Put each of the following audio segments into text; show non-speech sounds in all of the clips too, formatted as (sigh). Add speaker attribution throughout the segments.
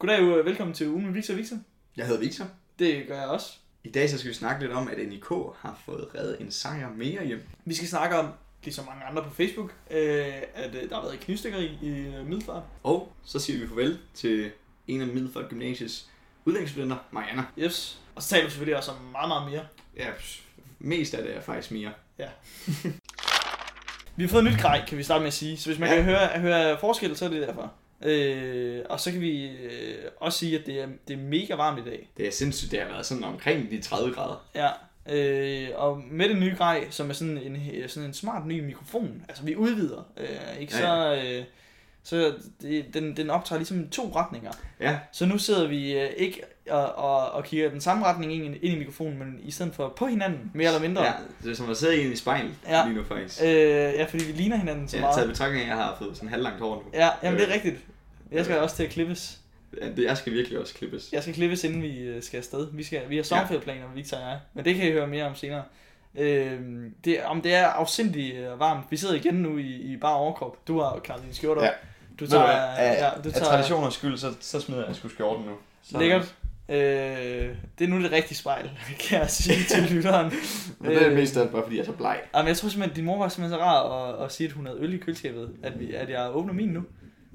Speaker 1: Goddag og velkommen til ugen med Victor og Victor.
Speaker 2: Jeg hedder Victor.
Speaker 1: Det gør jeg også.
Speaker 2: I dag så skal vi snakke lidt om, at NIK har fået reddet en sejr mere hjem.
Speaker 1: Vi skal snakke om, ligesom mange andre på Facebook, øh, at øh, der har været et knivstikkeri i øh, Middelfart.
Speaker 2: Og så siger vi farvel til en af Middelfart Gymnasiets udviklingsstudenter, Mariana.
Speaker 1: Yes. Og så taler vi selvfølgelig også om meget, meget mere.
Speaker 2: Ja, pff, mest af det er faktisk mere.
Speaker 1: Vi har fået et nyt grej, kan vi starte med at sige. Så hvis man
Speaker 2: Ja.
Speaker 1: kan høre, høre forskel, så er det derfor. Øh, og så kan vi øh, også sige, at det er, det er mega varmt i dag.
Speaker 2: Det er sindssygt, det har været sådan omkring de 30 grader.
Speaker 1: Ja. Øh, og med det nye grej, som er sådan en, øh, sådan en smart ny mikrofon, altså vi udvider, øh, ikke
Speaker 2: Ja,
Speaker 1: så... Øh, så det, den, den optager ligesom to retninger.
Speaker 2: Ja,
Speaker 1: Så nu sidder vi øh, ikke og, og, og kigger den samme retning ind, ind i mikrofonen, men i stedet for på hinanden, mere eller mindre.
Speaker 2: ja det er som at sidde ind i spejlet
Speaker 1: Ja.
Speaker 2: ja. lige nu faktisk.
Speaker 1: Øh, ja, fordi vi ligner hinanden så
Speaker 2: Jeg har
Speaker 1: meget.
Speaker 2: taget i betragtning af, at jeg har fået sådan halvlangt hår nu.
Speaker 1: Ja, jamen det er
Speaker 2: Øh.
Speaker 1: rigtigt. Jeg skal også til at klippes.
Speaker 2: Ja. Det, jeg skal virkelig også klippes.
Speaker 1: Jeg skal klippes, inden vi øh, skal afsted. Vi, skal, vi har sommerferieplaner, Victor og jeg. Men det kan I høre mere om senere. Øh, det, om det er afsindig øh, varmt. Vi sidder igen nu i, i bare overkrop. Du har knaldet din skjorte op.
Speaker 2: Ja.
Speaker 1: Du
Speaker 2: Ved du
Speaker 1: tager...
Speaker 2: hvad,
Speaker 1: ja, du
Speaker 2: Af
Speaker 1: tager
Speaker 2: traditioners skyld, så, så smider jeg sgu skjorten nu. Så,
Speaker 1: Lækkert. Øh, det er nu det rigtige spejl, (laughs) kan jeg sige til lytteren.
Speaker 2: Men det er
Speaker 1: Øh,
Speaker 2: mest af alt bare fordi jeg er så bleg.
Speaker 1: Jamen, jeg tror simpelthen, at din mor var simpelthen så rar at, at sige, at hun havde øl i køleskabet, at, vi, at jeg åbner min nu.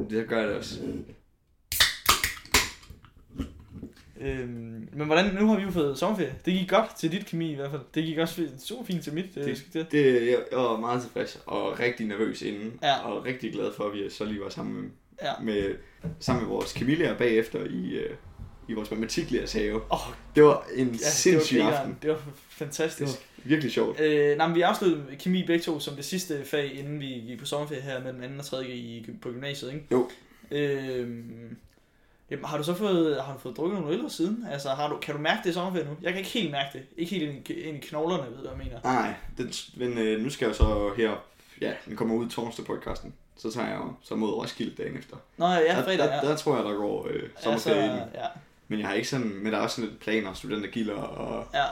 Speaker 2: Det gør jeg det også.
Speaker 1: Øhm, men hvordan, nu har vi jo fået sommerferie. Det gik godt til dit kemi i hvert fald. Det gik også fint- super fint til mit. Det, det, det.
Speaker 2: Det, jeg, jeg var meget tilfreds og rigtig nervøs inden,
Speaker 1: Ja.
Speaker 2: og rigtig glad for, at vi så lige var sammen med,
Speaker 1: Ja.
Speaker 2: med, sammen med vores kemilærer bagefter i, øh, i vores matematiklærers have.
Speaker 1: Åh,
Speaker 2: Det var en ja,
Speaker 1: ja,
Speaker 2: sindssyg
Speaker 1: det var,
Speaker 2: aften.
Speaker 1: grineren. Det var
Speaker 2: Det
Speaker 1: fantastisk.
Speaker 2: var virkelig sjovt.
Speaker 1: Øh, nej, men vi afsluttede kemi begge to som det sidste fag, inden vi gik på sommerferie her mellem anden og tredje i, på gymnasiet, ikke?
Speaker 2: Jo.
Speaker 1: Øh, jamen, har du så fået, har du fået drukket nogle øl siden? Altså, har du, kan du mærke det i sommerferie nu? Jeg kan ikke helt mærke det. Ikke helt ind i, ind i knoglerne, ved du, hvad jeg mener.
Speaker 2: Nej, den, men øh, nu skal jeg så her, ja, den kommer ud torsdag podcasten. Så tager jeg jo så mod Roskilde dagen efter.
Speaker 1: Nå, ja,
Speaker 2: der,
Speaker 1: fredag,
Speaker 2: der,
Speaker 1: ja.
Speaker 2: der, tror jeg, der går øh,
Speaker 1: Ja, så-
Speaker 2: sommerferien.
Speaker 1: Altså, ja,
Speaker 2: Men jeg har ikke sådan, men der er også sådan lidt planer, studentergilder og
Speaker 1: ja,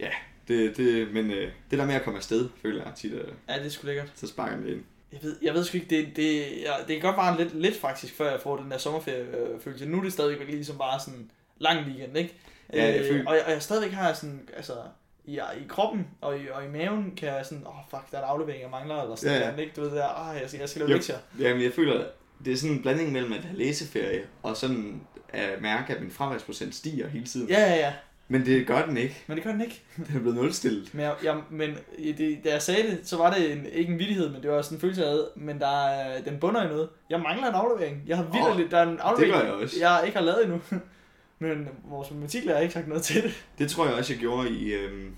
Speaker 1: ja,
Speaker 2: det, det, men øh, det der med at komme afsted, føler jeg tit, øh,
Speaker 1: ja, det er sgu lækkert.
Speaker 2: så sparker det ind.
Speaker 1: Jeg ved, jeg ved sgu ikke, det, det, jeg, det kan godt vare lidt, lidt faktisk, før jeg får den der sommerferiefølelse. Øh, følelse. nu er det stadigvæk ligesom bare sådan lang weekend, ikke?
Speaker 2: Ja, jeg
Speaker 1: Øh,
Speaker 2: føler-
Speaker 1: og, jeg, og jeg stadigvæk har sådan, altså, i, i kroppen og i, og i maven, kan jeg sådan, åh oh, fuck, der er en aflevering, jeg mangler, eller sådan
Speaker 2: Ja,
Speaker 1: ja,
Speaker 2: ja.
Speaker 1: ja. ikke? Du ved det der, ah, jeg skal, jeg skal lave
Speaker 2: Jo.
Speaker 1: lektier.
Speaker 2: Jamen, jeg føler, det er sådan en blanding mellem at have læseferie, og sådan at mærke, at min fraværsprocent stiger hele tiden.
Speaker 1: Ja, ja, ja,
Speaker 2: Men det gør den ikke.
Speaker 1: men det gør den ikke.
Speaker 2: Den er blevet nulstillet.
Speaker 1: Men, jeg, jeg, men i det, da jeg sagde det, så var det en, ikke en vittighed, men det var sådan en følelse af, men der, er- den bunder i noget. Jeg mangler en aflevering. Jeg har vildt lidt, der er en aflevering,
Speaker 2: gør jeg også.
Speaker 1: jeg ikke har lavet endnu. (laughs) men vores matematiklærer har ikke sagt noget til det.
Speaker 2: Det tror jeg også, jeg gjorde i, øhm,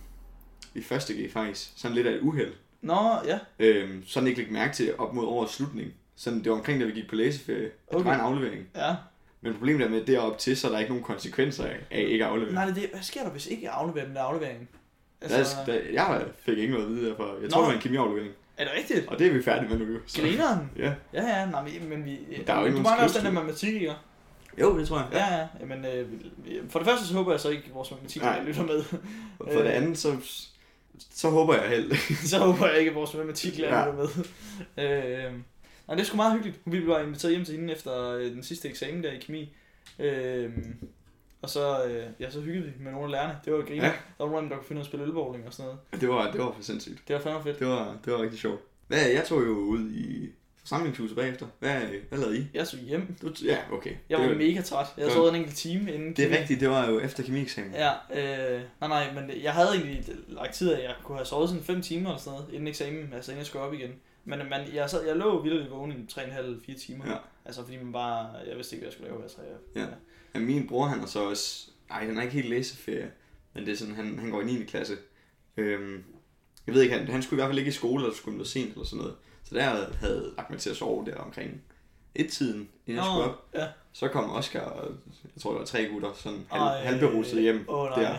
Speaker 2: i første G faktisk. Sådan lidt af et uheld.
Speaker 1: Nå, ja.
Speaker 2: Øhm, sådan ikke lægge mærke til op mod årets slutning. Sådan, det var omkring, da vi gik på læseferie. at
Speaker 1: Okay.
Speaker 2: Det var en aflevering.
Speaker 1: ja.
Speaker 2: Men problemet er med, at derop til, så er der ikke nogen konsekvenser af, af ikke at aflevere.
Speaker 1: Nej, det, er det, hvad sker der, hvis ikke jeg afleverer den der aflevering?
Speaker 2: Altså... Der, der, jeg fik ikke noget at vide derfor. Jeg tror,
Speaker 1: Nå.
Speaker 2: det var en kemiaflevering.
Speaker 1: er det rigtigt?
Speaker 2: Og det er vi færdige med nu. jo. Så.
Speaker 1: Grineren?
Speaker 2: Ja.
Speaker 1: Ja, ja, nej, men, men vi...
Speaker 2: Der er jo ikke
Speaker 1: du
Speaker 2: nogen
Speaker 1: mangler også den der
Speaker 2: skrivestue.
Speaker 1: matematik, ikke?
Speaker 2: Jo, det tror jeg.
Speaker 1: Ja, ja. Jamen, øh, vi- for det første så håber jeg så ikke, at vores matematiklærer
Speaker 2: Nej.
Speaker 1: lytter med.
Speaker 2: Og for det
Speaker 1: Øh.
Speaker 2: andet, så, så håber jeg held. (laughs)
Speaker 1: (laughs) så håber jeg ikke, at vores matematiklærer
Speaker 2: Ja.
Speaker 1: ja. med. Øh, nej, det er sgu meget hyggeligt. Vi blev inviteret hjem til hende efter øh, den sidste eksamen der i kemi. Øh, og så, øh, ja, så hyggede vi med nogle af lærerne. Det var griner. Ja.
Speaker 2: Ja.
Speaker 1: Der var nogle af dem, der kunne finde ud af at spille ølbowling og sådan noget.
Speaker 2: Det var, det var for sindssygt.
Speaker 1: Det var fandme fedt.
Speaker 2: Det var, det var rigtig sjovt. Hvad, jeg tog jo ud i forsamlingshuset bagefter. Hvad, hvad lavede I?
Speaker 1: Jeg så hjem.
Speaker 2: Du, ja, okay.
Speaker 1: Jeg
Speaker 2: det,
Speaker 1: var
Speaker 2: var,
Speaker 1: mega træt. Jeg havde
Speaker 2: det var-
Speaker 1: sovet en enkelt time inden.
Speaker 2: det
Speaker 1: kemi.
Speaker 2: er rigtigt, det var jo efter kemieksamen.
Speaker 1: Ja, øh, nej nej, men jeg havde egentlig lagt tid af, at jeg kunne have sovet sådan 5 timer eller sådan noget, inden eksamen, altså inden jeg skulle op igen. Men man, jeg, sad, jeg lå vildt i vågen i 3,5-4 timer.
Speaker 2: Ja.
Speaker 1: Altså fordi man bare, jeg vidste ikke, hvad jeg skulle lave. Altså, jeg,
Speaker 2: Ja. Ja, min bror, han er så også... Ej, han er ikke helt læseferie. Men det er sådan, han, han går i 9. klasse. Øhm, jeg ved ikke, han, han skulle i hvert fald ikke i skole, eller skulle noget sent eller sådan noget. Så der havde havde lagt mig til at sove der omkring et tiden, inden jeg
Speaker 1: Nå,
Speaker 2: skulle op.
Speaker 1: ja.
Speaker 2: Så kom Oscar og jeg tror, der var tre gutter, sådan
Speaker 1: Ej,
Speaker 2: halv, halvberuset hjem.
Speaker 1: Åh oh, nej.
Speaker 2: der.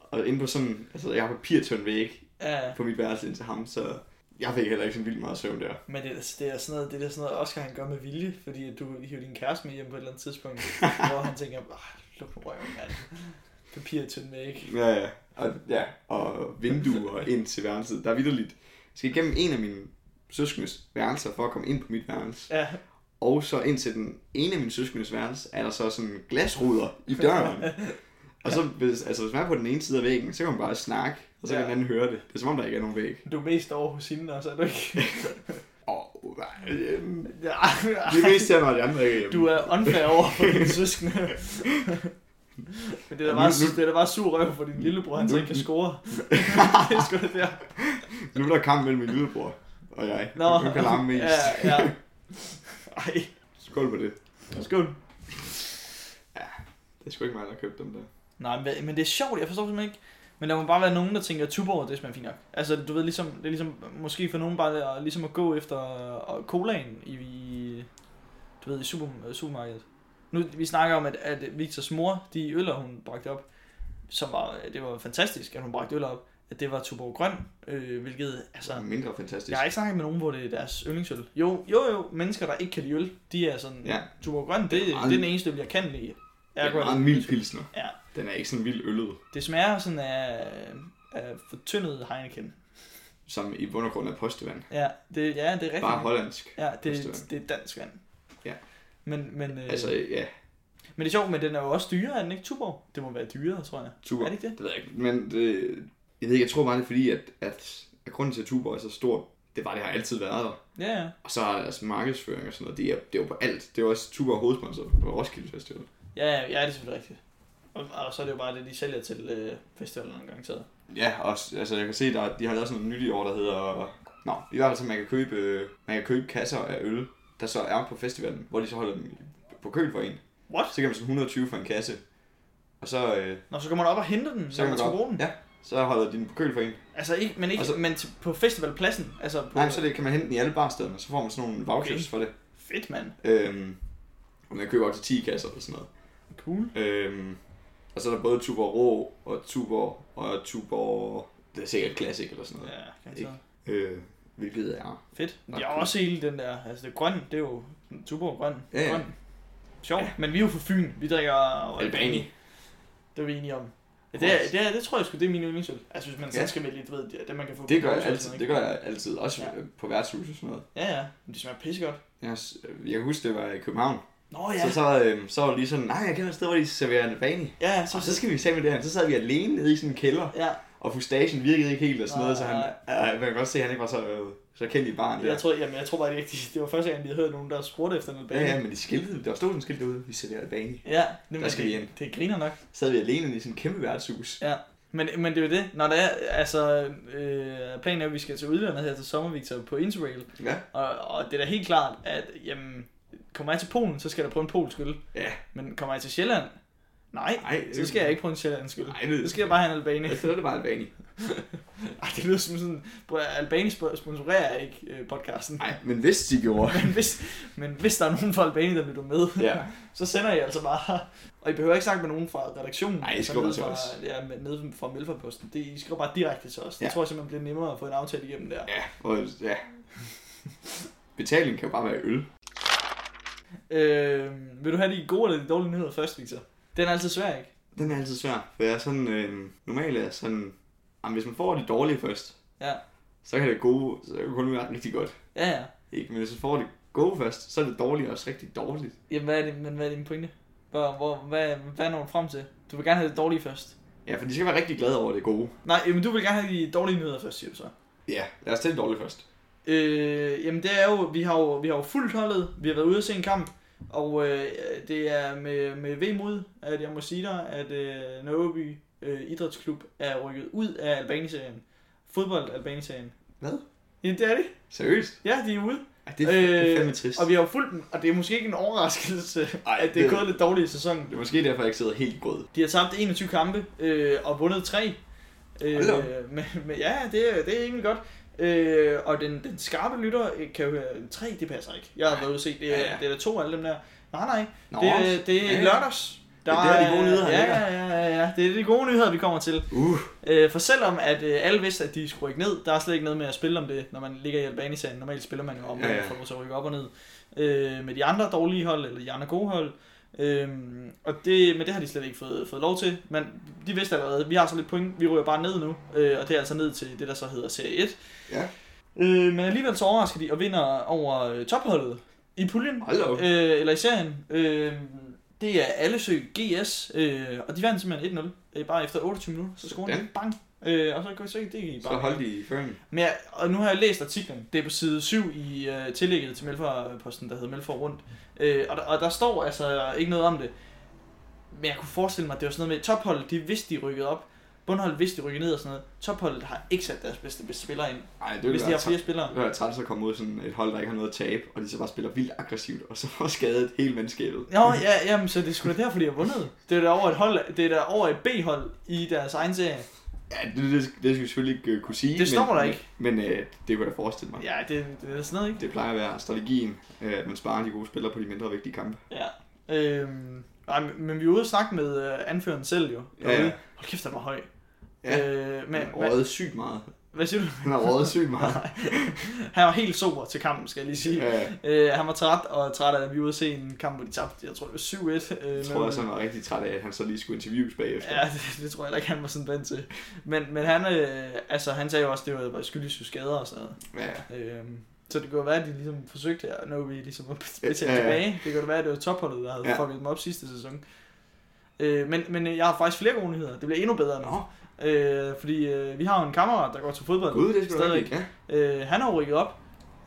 Speaker 2: Og inde på sådan, altså jeg har papirtønd væg
Speaker 1: Ja,
Speaker 2: på mit værelse ind til ham, så jeg fik heller ikke så vildt meget søvn der.
Speaker 1: men det, er- det, er sådan noget, det er sådan noget, Oscar han gør med vilje, fordi at du hiver din kæreste med hjem på et eller andet
Speaker 2: (laughs)
Speaker 1: tidspunkt, hvor han tænker, ah, luk nu røven, mand. Papir er tynd væk.
Speaker 2: Ja, ja. Og, ja, og vinduer ind til værelset. Der er vidderligt. Jeg skal igennem en af mine søskendes værelser for at komme ind på mit værelse.
Speaker 1: Ja,
Speaker 2: Og så ind til den ene af mine søskendes værelse, er der så sådan glasruder i døren. Og så, hvis, altså, hvis man er på den ene side af væggen, så kan man bare snakke, og så kan
Speaker 1: Ja.
Speaker 2: den anden høre det. Det er som om, der ikke er nogen væg.
Speaker 1: Du er mest over hos hende, og så er du
Speaker 2: (laughs)
Speaker 1: ikke...
Speaker 2: Og øh,
Speaker 1: (laughs) Ja,
Speaker 2: det er mest her, når de andre ikke er hjemme.
Speaker 1: du er unfair over for
Speaker 2: (laughs)
Speaker 1: dine søskende. Men det er da
Speaker 2: Nu-
Speaker 1: bare,
Speaker 2: nu-
Speaker 1: det er da bare sur røv for din lillebror, han så ikke kan
Speaker 2: (laughs)
Speaker 1: score. det er sgu da der.
Speaker 2: Nu er der kamp mellem min lillebror og jeg.
Speaker 1: Nå.
Speaker 2: Hvem kan larme mest?
Speaker 1: Ja, ja. Ej,
Speaker 2: Skål på det.
Speaker 1: skål.
Speaker 2: Det er sgu ikke mig, der har købt dem der.
Speaker 1: Nej, men, men det er sjovt, jeg forstår simpelthen ikke. Men der må bare være nogen, der tænker, at Tuborg, det smager fint nok. Altså, du ved, ligesom, det er ligesom, måske for nogen bare at, ligesom at gå efter og colaen i, i, du ved, i super, øh, supermarkedet. Nu, vi snakker om, at, at Victors mor, de øller, hun bragte op, som var, det var fantastisk, at hun bragte øller op, at det var Tuborg Grøn, øh, hvilket, altså,
Speaker 2: Så mindre fantastisk.
Speaker 1: jeg har ikke snakket med nogen, hvor det er deres yndlingsøl. Jo, jo, jo, mennesker, der ikke kan lide øl, de er sådan,
Speaker 2: Ja.
Speaker 1: Tuborg Grøn, det, det, er
Speaker 2: meget-
Speaker 1: den eneste øl, jeg kan lide.
Speaker 2: det er
Speaker 1: Ergo
Speaker 2: en
Speaker 1: det
Speaker 2: meget mild pilsner.
Speaker 1: Ja.
Speaker 2: Den er ikke sådan vildt øllet,
Speaker 1: det smager sådan af, af fortyndet Heineken.
Speaker 2: som i bund og grund er postevand.
Speaker 1: Ja, det, ja, det er rigtigt.
Speaker 2: Bare hollandsk.
Speaker 1: ja, det,
Speaker 2: postevand.
Speaker 1: det er dansk vand.
Speaker 2: Ja.
Speaker 1: Men, men, øh,
Speaker 2: Altså,
Speaker 1: altså,
Speaker 2: ja,
Speaker 1: men det er sjovt, men den er jo også dyrere, er den ikke Tuborg? Det må være dyrere, tror jeg.
Speaker 2: Tuborg.
Speaker 1: Er det ikke det?
Speaker 2: Det ved jeg ikke, men det, jeg ved ikke, jeg tror bare, det er fordi, at, at, at grunden til, at Tuborg er så stor, det var, det har altid været der.
Speaker 1: Ja, ja.
Speaker 2: Og så er altså markedsføring og sådan noget, det er, det er jo på alt. Det er jo også Tuborg hovedsponsor på Roskilde Festival.
Speaker 1: Ja, ja, ja, det er selvfølgelig rigtigt. Og, og så er det jo bare det, de sælger til øh, festivalen garanteret.
Speaker 2: Ja, og s- altså, jeg kan se, der, de har lavet sådan noget nyt i år, der hedder... Nå, i hvert fald så man kan købe, øh, man kan købe kasser af øl, der så er på festivalen, hvor de så holder dem i- på køl for en.
Speaker 1: What?
Speaker 2: Så kan man sådan 120 for en kasse. Og så, øh,
Speaker 1: Nå, så kommer man op og henter den,
Speaker 2: så kan man
Speaker 1: bruge
Speaker 2: godt,
Speaker 1: den.
Speaker 2: ja, så holder de den på køl for en.
Speaker 1: Altså ikke, men ikke,
Speaker 2: Og så-
Speaker 1: men til, på festivalpladsen. Altså på,
Speaker 2: Nej, men så det, kan man hente den i alle barstederne, så får man sådan nogle vouchers
Speaker 1: Okay.
Speaker 2: for det.
Speaker 1: Fedt, mand.
Speaker 2: Øhm, og man køber op til 10 kasser eller sådan noget.
Speaker 1: Cool.
Speaker 2: Øhm, og så er der både Tuborg Rå og Tuborg og Tuborg... Det er sikkert Classic eller sådan noget.
Speaker 1: Ja, garanteret.
Speaker 2: Ikke? Øh, hvilket er...
Speaker 1: Fedt.
Speaker 2: Ret
Speaker 1: Jeg har
Speaker 2: cool.
Speaker 1: også hele den der, altså det grøn, det er jo Tuborg grøn.
Speaker 2: Ja, ja.
Speaker 1: grøn. Sjovt, ja. men vi er jo fra Fyn, vi drikker
Speaker 2: Albani.
Speaker 1: Det er vi enige om. Ja, det, er, det, er, det tror jeg sgu, det er min yndlingsøl. Altså hvis man sådan
Speaker 2: Ja.
Speaker 1: skal vælge, du ved, det, er det man kan få
Speaker 2: Det gør jeg
Speaker 1: Brugsen,
Speaker 2: altid,
Speaker 1: ikke?
Speaker 2: det gør jeg altid, også
Speaker 1: Ja.
Speaker 2: ja. på værtshus og sådan noget.
Speaker 1: Ja, ja, men det smager pissegodt.
Speaker 2: Jeg, øh, jeg kan huske, det var i København,
Speaker 1: Nå
Speaker 2: oh,
Speaker 1: ja,
Speaker 2: ja. så, så, øhm, så var det lige sådan, nej, jeg kender et sted, hvor de serverer en bane.
Speaker 1: ja, ja, så,
Speaker 2: Og så skal vi sammen med det her. Så sad vi alene nede i sådan en kælder,
Speaker 1: ja,
Speaker 2: og fustagen virkede ikke helt og sådan noget, så han,
Speaker 1: Nej,
Speaker 2: øh, man kan godt se, at han ikke var så, øh, så kendt i barn.
Speaker 1: jeg
Speaker 2: Der.
Speaker 1: tror, jamen, jeg tror bare, det, ikke, det var første gang, vi havde hørt nogen, der spurgte efter en
Speaker 2: Ja, ja,
Speaker 1: bane.
Speaker 2: men de skiltede, der stod sådan skilt derude, vi serverer en bane.
Speaker 1: Ja, det,
Speaker 2: Der skal
Speaker 1: det,
Speaker 2: vi ind.
Speaker 1: det griner nok.
Speaker 2: Så sad vi alene i sådan en kæmpe værtshus.
Speaker 1: Men, men det er jo det, når der er, altså, øh, planen er, at vi skal til udlandet her til sommer, Victor, på Interrail.
Speaker 2: Ja,
Speaker 1: Og, og det er da helt klart, at jamen, kommer jeg til Polen, så skal jeg da prøve en polsk øl.
Speaker 2: Ja.
Speaker 1: Men kommer jeg til Sjælland? Nej,
Speaker 2: nej.
Speaker 1: så skal jeg ikke prøve en sjællandsk øl.
Speaker 2: Nej, det
Speaker 1: Så skal jeg bare have en albani.
Speaker 2: Så er det bare Albani.
Speaker 1: Ej, det lyder som sådan, bror, Albani sp- sponsorerer ikke øh, podcasten.
Speaker 2: Nej, men hvis de gjorde.
Speaker 1: (laughs) Men hvis, men hvis der er nogen fra Albani, der lytter med,
Speaker 2: ja.
Speaker 1: (laughs) så sender jeg altså bare... Og I behøver ikke snakke med nogen fra redaktionen.
Speaker 2: Nej, I
Speaker 1: Altså
Speaker 2: skriver
Speaker 1: nede
Speaker 2: til
Speaker 1: fra-
Speaker 2: os.
Speaker 1: Ja, med- nede fra Mælferposten. Det, I skriver bare direkte til os. Det
Speaker 2: Ja.
Speaker 1: tror jeg simpelthen bliver nemmere at få en aftale igennem der.
Speaker 2: Ja, og ja. Betaling kan jo bare være øl.
Speaker 1: Øh, vil du have de gode eller de dårlige nyheder først, Victor? Den er altid svær, ikke?
Speaker 2: Den er altid svær, for jeg er sådan, øh, normalt er jeg sådan, jamen, hvis man får det dårlige først,
Speaker 1: Ja.
Speaker 2: så kan det gode, så kan det kun være rigtig godt.
Speaker 1: Ja, ja.
Speaker 2: Ikke? Men hvis man får det gode først, så er det dårlige også rigtig dårligt.
Speaker 1: Jamen, hvad er det, men hvad er din pointe? Hvor, hvor, hvad, hvad når du frem til? Du vil gerne have det dårlige først.
Speaker 2: Ja, for de skal være rigtig glade over det gode.
Speaker 1: Nej, jamen, du vil gerne have de dårlige nyheder først, siger du så.
Speaker 2: Ja, lad os tage det dårlige først.
Speaker 1: Øh, jamen, det er jo, vi har jo, vi har jo fuldt holdet. Vi har været ude og se en kamp. Og øh, det er med, med vemod, at jeg må sige dig, at øh, Nørreby øh, Idrætsklub er rykket ud af Albaniserien. Fodbold Albaniserien.
Speaker 2: Hvad?
Speaker 1: Ja, det er det.
Speaker 2: Seriøst?
Speaker 1: Ja, de er ude.
Speaker 2: Ej, det, er, øh, det er fandme
Speaker 1: Øh,
Speaker 2: trist.
Speaker 1: Og vi har jo fulgt dem, og det er måske ikke en overraskelse,
Speaker 2: Ej,
Speaker 1: at det er gået lidt dårligt i sæsonen.
Speaker 2: Det er måske derfor, jeg ikke sidder helt grød.
Speaker 1: De har tabt 21 kampe øh, og vundet 3.
Speaker 2: Hold da op.
Speaker 1: (laughs) men, men ja, det, er- det er egentlig godt. Øh, og den, den skarpe lytter øh, kan jo høre, 3, det passer ikke. Jeg har været ude og se, det,
Speaker 2: Ja,
Speaker 1: er,
Speaker 2: ja.
Speaker 1: det er der to af alle dem der. Nej, nej,
Speaker 2: Nå,
Speaker 1: det, er- det
Speaker 2: Ja,
Speaker 1: er
Speaker 2: ja.
Speaker 1: lørdags.
Speaker 2: Det er der, de gode nyheder, han
Speaker 1: ja,
Speaker 2: ligger.
Speaker 1: ja, ja, ja, ja, det er de gode nyheder, vi kommer til.
Speaker 2: Uh,
Speaker 1: Øh, for selvom at øh, alle vidste, at de skulle rykke ned, der er slet ikke noget med at spille om det, når man ligger i Albanisalen. Normalt spiller man jo om,
Speaker 2: Ja,
Speaker 1: ja,
Speaker 2: ja.
Speaker 1: ja. for at rykke op og ned øh, med de andre dårlige hold, eller de andre gode hold. Øh, og det, men det har de slet ikke fået, fået lov til. Men de vidste allerede, vi har så lidt point, vi ryger bare ned nu. Øh, og det er altså ned til det, der så hedder Serie 1.
Speaker 2: Ja.
Speaker 1: Øh, men alligevel så overrasker de og vinder over øh, topholdet. i puljen,
Speaker 2: Hold da op.
Speaker 1: øh, eller i serien. Øh, det er Allesø GS, øh, og de vandt simpelthen 1-0, øh, bare efter 28 minutter, så scorede de,
Speaker 2: Sådan.
Speaker 1: bang, øh, og så går jeg så ikke det i
Speaker 2: Så holdt de i føringen.
Speaker 1: Men jeg, og nu har jeg læst artiklen. Det er på side 7 i øh, tillægget til Melfor-posten, der hedder Melfor Rundt. Øh, og, der, og der står altså ikke noget om det. Men jeg kunne forestille mig, at det var sådan noget med, topholdet, de vidste, de rykkede op. Bundholdet vidste, de rykkede ned og sådan noget. Topholdet har ikke sat deres bedste, bedste spillere ind,
Speaker 2: Nej, det
Speaker 1: hvis
Speaker 2: ville
Speaker 1: de har
Speaker 2: være
Speaker 1: flere
Speaker 2: træt.
Speaker 1: spillere.
Speaker 2: Det ville være træt at komme ud sådan et hold, der ikke har noget at tabe, og de så bare spiller vildt aggressivt, og så får (laughs) skadet hele mandskabet.
Speaker 1: Nå, ja, jamen, så det er sgu da derfor, de har vundet. Det er da over et, hold, det er da over et B-hold i deres egen serie.
Speaker 2: Ja, det, det, det skal vi selvfølgelig ikke øh, kunne sige.
Speaker 1: Det står der ikke.
Speaker 2: Men, men øh, det kunne jeg da forestille mig.
Speaker 1: Ja, det, det er sådan noget, ikke?
Speaker 2: Det plejer at være strategien, øh, at man sparer de gode spillere på de mindre vigtige kampe.
Speaker 1: Ja. Øhm, nej, men men vi var ude og snakke med øh, anføreren selv jo.
Speaker 2: Ja, ja.
Speaker 1: derude. Hold kæft, han var høj.
Speaker 2: Ja,
Speaker 1: Øh, men,
Speaker 2: Men,
Speaker 1: men,
Speaker 2: røget sygt meget.
Speaker 1: Hvad siger du?
Speaker 2: Han har røget sygt meget.
Speaker 1: (laughs)
Speaker 2: Øh,
Speaker 1: han var helt sober til kampen, skal jeg lige sige.
Speaker 2: Ja, ja.
Speaker 1: Øh, han var træt, og træt af, at vi var ude at se en kamp, hvor de tabte, jeg tror det var 7-1. Øh,
Speaker 2: Jeg tror
Speaker 1: men-
Speaker 2: også, han var rigtig træt af, at han så lige skulle interviews bagefter.
Speaker 1: Ja, det, det tror jeg heller ikke, han var sådan vant til. Men, men han, øh, altså, han sagde jo også, at det var skyldig skader og sådan noget.
Speaker 2: ja.
Speaker 1: Øh, så det kunne jo være, at de ligesom forsøgte at nå vi ligesom at
Speaker 2: Ja,
Speaker 1: betale
Speaker 2: ja, ja.
Speaker 1: tilbage. Det kunne da være, at det var topholdet, der havde
Speaker 2: Ja.
Speaker 1: fucket dem op sidste sæson. Øh, men, men jeg har faktisk flere gode nyheder. Det bliver endnu bedre nu.
Speaker 2: Nå,
Speaker 1: Øh, fordi øh, vi har jo en kammerat, der går til fodbold.
Speaker 2: gud, det skulle
Speaker 1: Stadigvæk.
Speaker 2: stadig. Ja.
Speaker 1: Øh, han har jo rykket op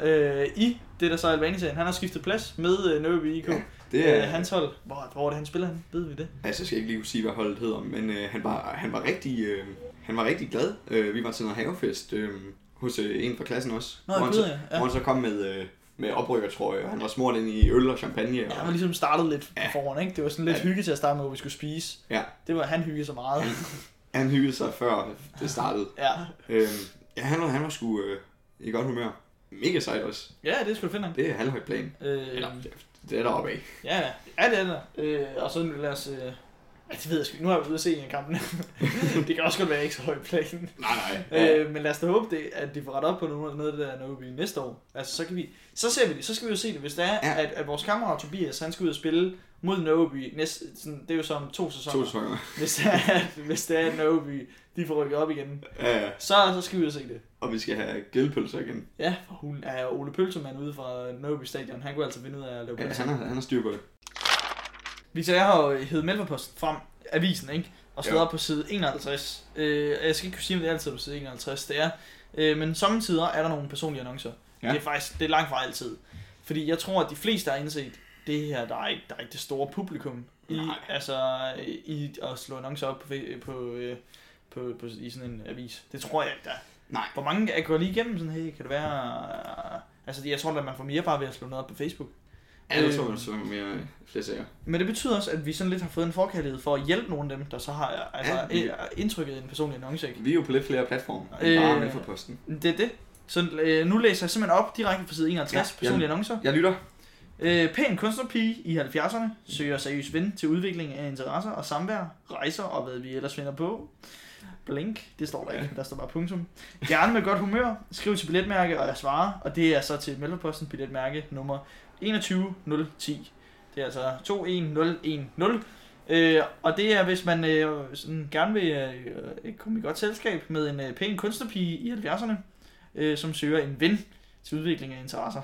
Speaker 1: øh, i det, der så er Albanien. Han har skiftet plads med øh, Nøbe IK. Ja,
Speaker 2: Det
Speaker 1: er...
Speaker 2: er,
Speaker 1: øh, hans hold. Hvor, hvor er det, han spiller han? Ved vi det?
Speaker 2: altså, jeg skal ikke lige kunne sige, hvad holdet hedder, men øh, han, var, han, var rigtig, øh, han var rigtig glad. Øh, vi var til noget havefest øh, hos øh, en fra klassen også.
Speaker 1: Nå,
Speaker 2: hvor,
Speaker 1: jeg
Speaker 2: han så,
Speaker 1: ved jeg.
Speaker 2: hvor
Speaker 1: Ja.
Speaker 2: han så kom med, øh, med oprykkertrøje, og han var smurt ind i øl og champagne. Og,
Speaker 1: Ja, han var ligesom startet lidt
Speaker 2: Ja.
Speaker 1: foran, ikke? Det var sådan lidt
Speaker 2: Ja.
Speaker 1: hygge til at starte med, hvor vi skulle spise.
Speaker 2: Ja.
Speaker 1: Det var, han hyggede så
Speaker 2: (laughs)
Speaker 1: meget.
Speaker 2: Han hyggede sig før det startede.
Speaker 1: Ja,
Speaker 2: Øh, ja, han var, han var sgu øh, i godt humør. Mega sejt også.
Speaker 1: ja det skulle du finde ham.
Speaker 2: Det er halvhøj plan.
Speaker 1: Øh,
Speaker 2: Eller, det er deroppe af.
Speaker 1: ja, ja, Ja, det er det der. Øh, og så lad os... Øh... Ja, det ved jeg sgu ikke. Nu har jeg været ude at se en af kampene. (laughs) det kan også godt være ikke så høj plan.
Speaker 2: Nej, nej. Ja.
Speaker 1: Øh, men lad os da håbe, det, at de får rettet op på noget, noget af det der Nobi næste år. Altså, så, kan vi, så ser vi det. Så skal vi jo se det, hvis det er, ja.
Speaker 2: Ja.
Speaker 1: at, at vores kammerat Tobias, han skal ud og spille mod Nobi næste, sådan, det er jo så om to sæsoner.
Speaker 2: To sæsoner.
Speaker 1: Hvis det er, at, hvis det er, at Nobi, de får rykket op igen,
Speaker 2: Ja, ja.
Speaker 1: så, så skal vi ud og se det.
Speaker 2: Og vi skal have gældpølser igen.
Speaker 1: Ja, for hun er Ole Pølsemand ude fra Nobi Stadion. Han kunne altså finde ud af at lave
Speaker 2: Ja,
Speaker 1: pølser.
Speaker 2: han, har, han har styr på det.
Speaker 1: Victor, jeg har jo hævet Melforposten frem, avisen, ikke? Og slået
Speaker 2: Ja.
Speaker 1: op på side 51. Øh, og jeg skal ikke kunne sige, om det er altid på side 51, det er. Øh, men samtidig er der nogle personlige annoncer. Ja.
Speaker 2: Ja.
Speaker 1: Det er faktisk det er langt fra altid. Fordi jeg tror, at de fleste har indset, det her, der er ikke, der er ikke det store publikum i,
Speaker 2: Nej.
Speaker 1: altså, øh, i at slå annoncer op på, fe- på, øh, på, på, i sådan en avis. Det tror jeg ikke, der er.
Speaker 2: Nej.
Speaker 1: Hvor mange jeg går lige igennem sådan, hey, kan det være... øh, Altså, jeg tror, at man får mere bare ved at slå noget op på Facebook.
Speaker 2: Ja, det
Speaker 1: Øh.
Speaker 2: tror man så mere flere sager.
Speaker 1: Men det betyder også, at vi sådan lidt har fået en forkærlighed for at hjælpe nogle af dem, der så har altså,
Speaker 2: Ja,
Speaker 1: ja,
Speaker 2: vi-
Speaker 1: indtrykket i en personlig annonce. Ikke?
Speaker 2: Vi er jo på lidt flere platforme, end bare
Speaker 1: Øh.
Speaker 2: med for posten.
Speaker 1: Det er det. Så øh, nu læser jeg simpelthen op direkte fra side 51, ja,
Speaker 2: Ja,
Speaker 1: personlige annoncer.
Speaker 2: Jeg lytter.
Speaker 1: Øh, pæn kunstnerpige i 70'erne søger seriøs ven til udvikling af interesser og samvær, rejser og hvad vi ellers finder på. Blink, det står der ikke, der står bare punktum. Gerne med godt humør, skriv til billetmærke, og jeg svarer, og det er så til Mellemposten billetmærke nummer 21010. Det er altså 21010. Øh, og det er, hvis man øh, sådan, gerne vil øh, komme i godt selskab med en øh, pæn kunstnerpige i 70'erne, øh, som søger en ven til udvikling af interesser.